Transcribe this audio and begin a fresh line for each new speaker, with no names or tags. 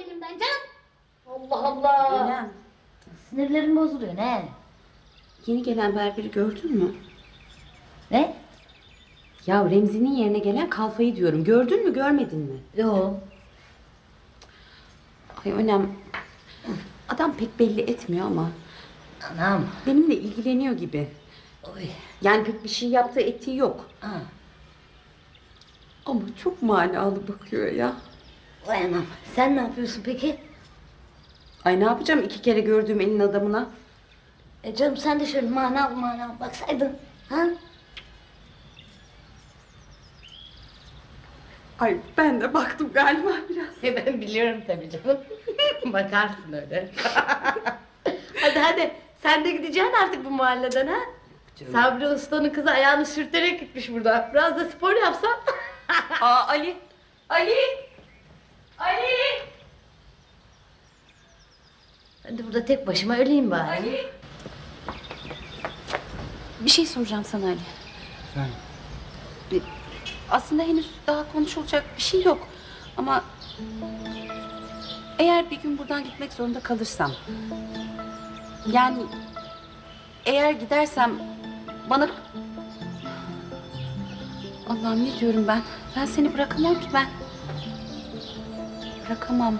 yüzünden canım. Allah Allah.
Önem.
Sinirlerim bozuluyor ne?
Yeni gelen berberi gördün mü?
Ne?
Ya Remzi'nin yerine gelen kalfayı diyorum. Gördün mü görmedin mi?
Yo.
Ay Önem. Adam pek belli etmiyor ama
Anam.
benimle ilgileniyor gibi.
Oy.
Yani pek bir şey yaptığı ettiği yok.
Ha.
Ama çok manalı bakıyor ya.
Oy anam. Sen ne yapıyorsun peki?
Ay ne yapacağım iki kere gördüğüm elin adamına?
E canım sen de şöyle manav manav baksaydın. Ha?
Ay ben de baktım galiba biraz.
E ben biliyorum tabii canım. Bakarsın öyle. hadi hadi. Sen de gideceksin artık bu mahalleden ha. Sabri Usta'nın kızı ayağını sürterek gitmiş burada. Biraz da spor yapsan.
Aa Ali. Ali. Ali.
Hadi burada tek başıma öleyim bari.
Bir şey soracağım sana Ali.
Efendim?
E, Aslında henüz daha konuşulacak bir şey yok. Ama eğer bir gün buradan gitmek zorunda kalırsam. Yani eğer gidersem bana Allah'ım ne diyorum ben? Ben seni bırakamam ki ben. Bırakamam.